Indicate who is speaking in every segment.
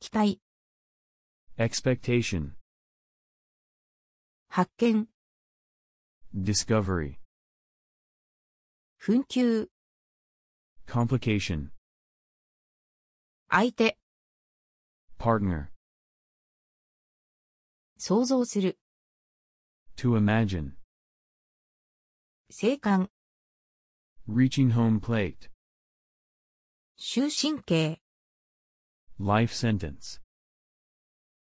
Speaker 1: 期待、
Speaker 2: expectation,
Speaker 1: 発見、
Speaker 2: discovery,
Speaker 1: 紛糾、
Speaker 2: complication,
Speaker 1: 相手、
Speaker 2: partner,
Speaker 1: 想像する、
Speaker 2: to imagine,
Speaker 1: 生還、
Speaker 2: reaching home plate,
Speaker 1: 終身刑、
Speaker 2: life sentence,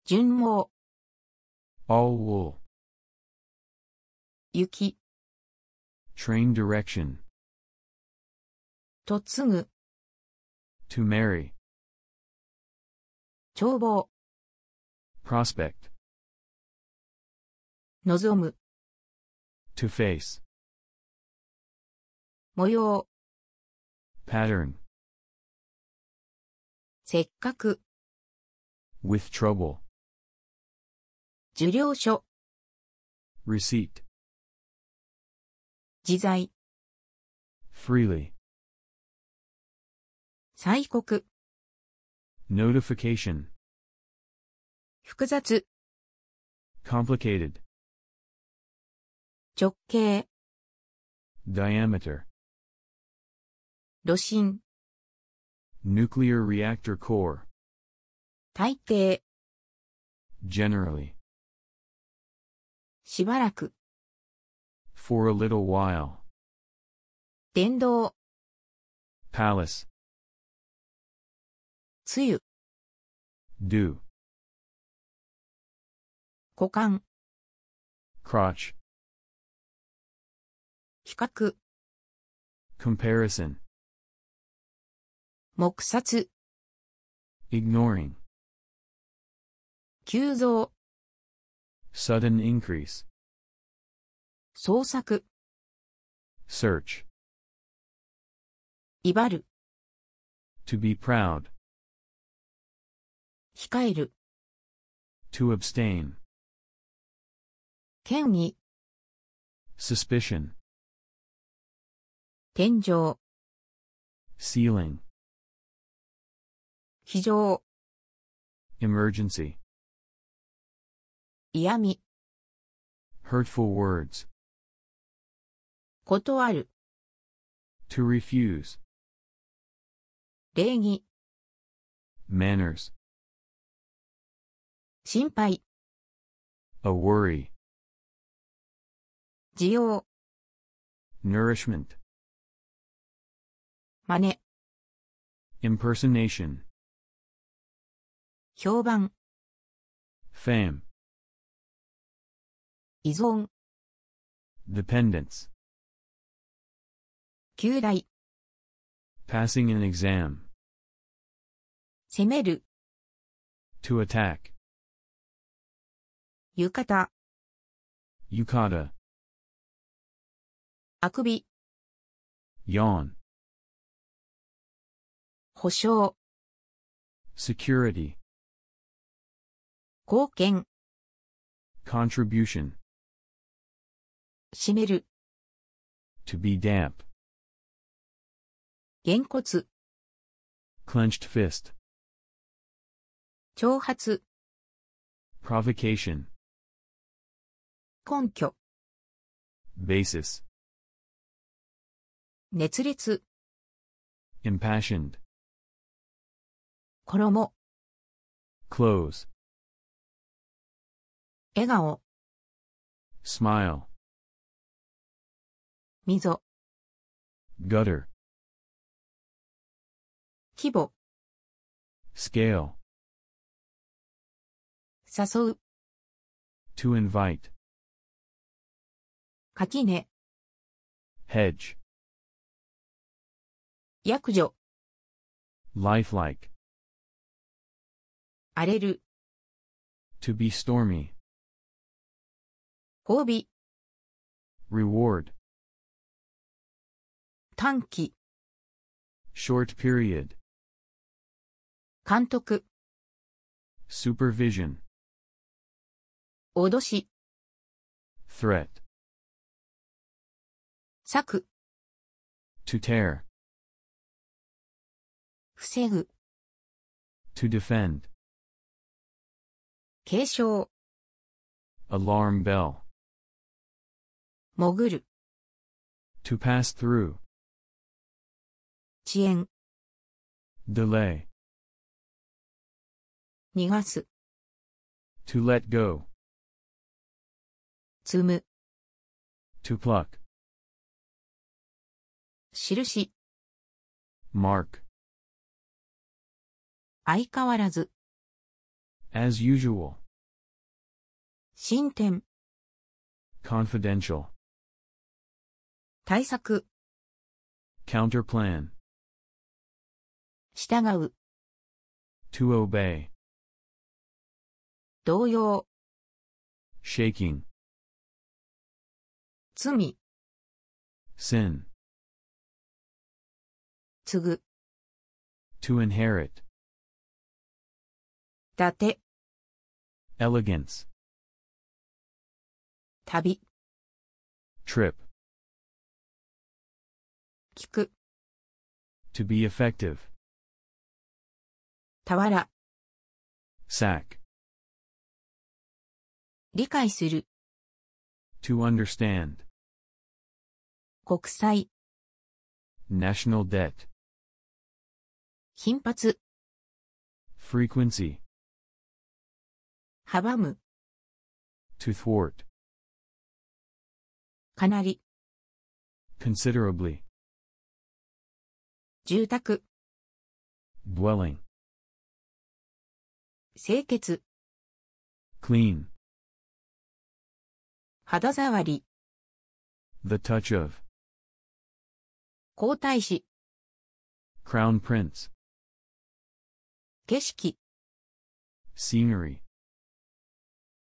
Speaker 1: 順毛、
Speaker 2: all wool,
Speaker 1: 雪、
Speaker 2: train direction,
Speaker 1: 嫁ぐ、
Speaker 2: to marry,
Speaker 1: 眺望、
Speaker 2: prospect,
Speaker 1: 望む、
Speaker 2: to face,
Speaker 1: 模様、
Speaker 2: pattern,
Speaker 1: せっかく、
Speaker 2: with trouble,
Speaker 1: 受領書、
Speaker 2: receipt,
Speaker 1: 自在、
Speaker 2: freely,
Speaker 1: 催告、
Speaker 2: notification,
Speaker 1: 複雑、
Speaker 2: complicated,
Speaker 1: 直径、
Speaker 2: diameter,
Speaker 1: 露心、
Speaker 2: nuclear reactor core,
Speaker 1: 大抵、
Speaker 2: generally,
Speaker 1: しばらく、
Speaker 2: for a little while,
Speaker 1: 電動、
Speaker 2: palace,
Speaker 1: つゆ、
Speaker 2: do,
Speaker 1: 股間、
Speaker 2: crotch,
Speaker 1: 比較、
Speaker 2: comparison,
Speaker 1: 黙殺、
Speaker 2: ignoring,
Speaker 1: 急増、
Speaker 2: sudden increase,
Speaker 1: 捜索、
Speaker 2: search,
Speaker 1: 威張る、
Speaker 2: to be proud,
Speaker 1: 控える、
Speaker 2: to abstain,
Speaker 1: 権威、
Speaker 2: suspicion,
Speaker 1: 天井、
Speaker 2: ceiling,
Speaker 1: 非常、
Speaker 2: emergency,
Speaker 1: 嫌味、
Speaker 2: hurtful words,
Speaker 1: 断る、
Speaker 2: to refuse,
Speaker 1: 礼儀、
Speaker 2: manners,
Speaker 1: 心配、
Speaker 2: a worry,
Speaker 1: 需要、
Speaker 2: nourishment,
Speaker 1: 真似、
Speaker 2: impersonation,
Speaker 1: 評判、
Speaker 2: fame,
Speaker 1: 依存、
Speaker 2: dependence,
Speaker 1: 旧大、
Speaker 2: passing an exam,
Speaker 1: 攻める、
Speaker 2: to attack,
Speaker 1: 浴衣、
Speaker 2: yukata,
Speaker 1: あくび、
Speaker 2: yawn,
Speaker 1: 保証、
Speaker 2: security,
Speaker 1: 貢献、
Speaker 2: contribution,
Speaker 1: 締める、
Speaker 2: to be damp,
Speaker 1: げんこつ、
Speaker 2: clenched fist,
Speaker 1: 挑発、
Speaker 2: provocation,
Speaker 1: 根拠、
Speaker 2: basis,
Speaker 1: 熱烈、
Speaker 2: impassioned,
Speaker 1: 衣、
Speaker 2: close,
Speaker 1: 笑顔、
Speaker 2: smile,
Speaker 1: 溝、
Speaker 2: gutter,
Speaker 1: 規模、
Speaker 2: scale,
Speaker 1: 誘う、
Speaker 2: to invite,
Speaker 1: 垣根、
Speaker 2: hedge,
Speaker 1: 約女、
Speaker 2: lifelike,
Speaker 1: 荒れる、
Speaker 2: to be stormy,
Speaker 1: 褒美、
Speaker 2: reward,
Speaker 1: 短期、
Speaker 2: short period,
Speaker 1: 監督、
Speaker 2: supervision,
Speaker 1: 脅し、
Speaker 2: threat,
Speaker 1: 策、
Speaker 2: to tear,
Speaker 1: 防ぐ、
Speaker 2: to defend,
Speaker 1: 継承、
Speaker 2: alarm bell,
Speaker 1: 潜る、
Speaker 2: to pass through,
Speaker 1: 遅延、
Speaker 2: delay,
Speaker 1: 逃がす、
Speaker 2: to let go,
Speaker 1: 積む、
Speaker 2: to pluck,
Speaker 1: 印、
Speaker 2: mark,
Speaker 1: 相変わらず、
Speaker 2: as usual,
Speaker 1: 進展、
Speaker 2: confidential,
Speaker 1: 対策、
Speaker 2: counterplan,
Speaker 1: 従う、
Speaker 2: to obey,
Speaker 1: 動揺、
Speaker 2: shaking,
Speaker 1: 罪、
Speaker 2: sin,
Speaker 1: 継ぐ、
Speaker 2: to inherit,
Speaker 1: 伊達、
Speaker 2: elegance,
Speaker 1: 旅、
Speaker 2: trip,
Speaker 1: 聞く、
Speaker 2: to be effective,
Speaker 1: 俵、
Speaker 2: sack,
Speaker 1: 理解する、
Speaker 2: to understand,
Speaker 1: 国際、
Speaker 2: national debt,
Speaker 1: 頻発、
Speaker 2: frequency,
Speaker 1: 阻む、
Speaker 2: to thwart,
Speaker 1: かなり、
Speaker 2: considerably,
Speaker 1: 住宅、
Speaker 2: dwelling,
Speaker 1: 清潔、
Speaker 2: clean,
Speaker 1: 肌触り、
Speaker 2: the touch of,
Speaker 1: 皇太子、
Speaker 2: crown prince,
Speaker 1: 景色、
Speaker 2: scenery,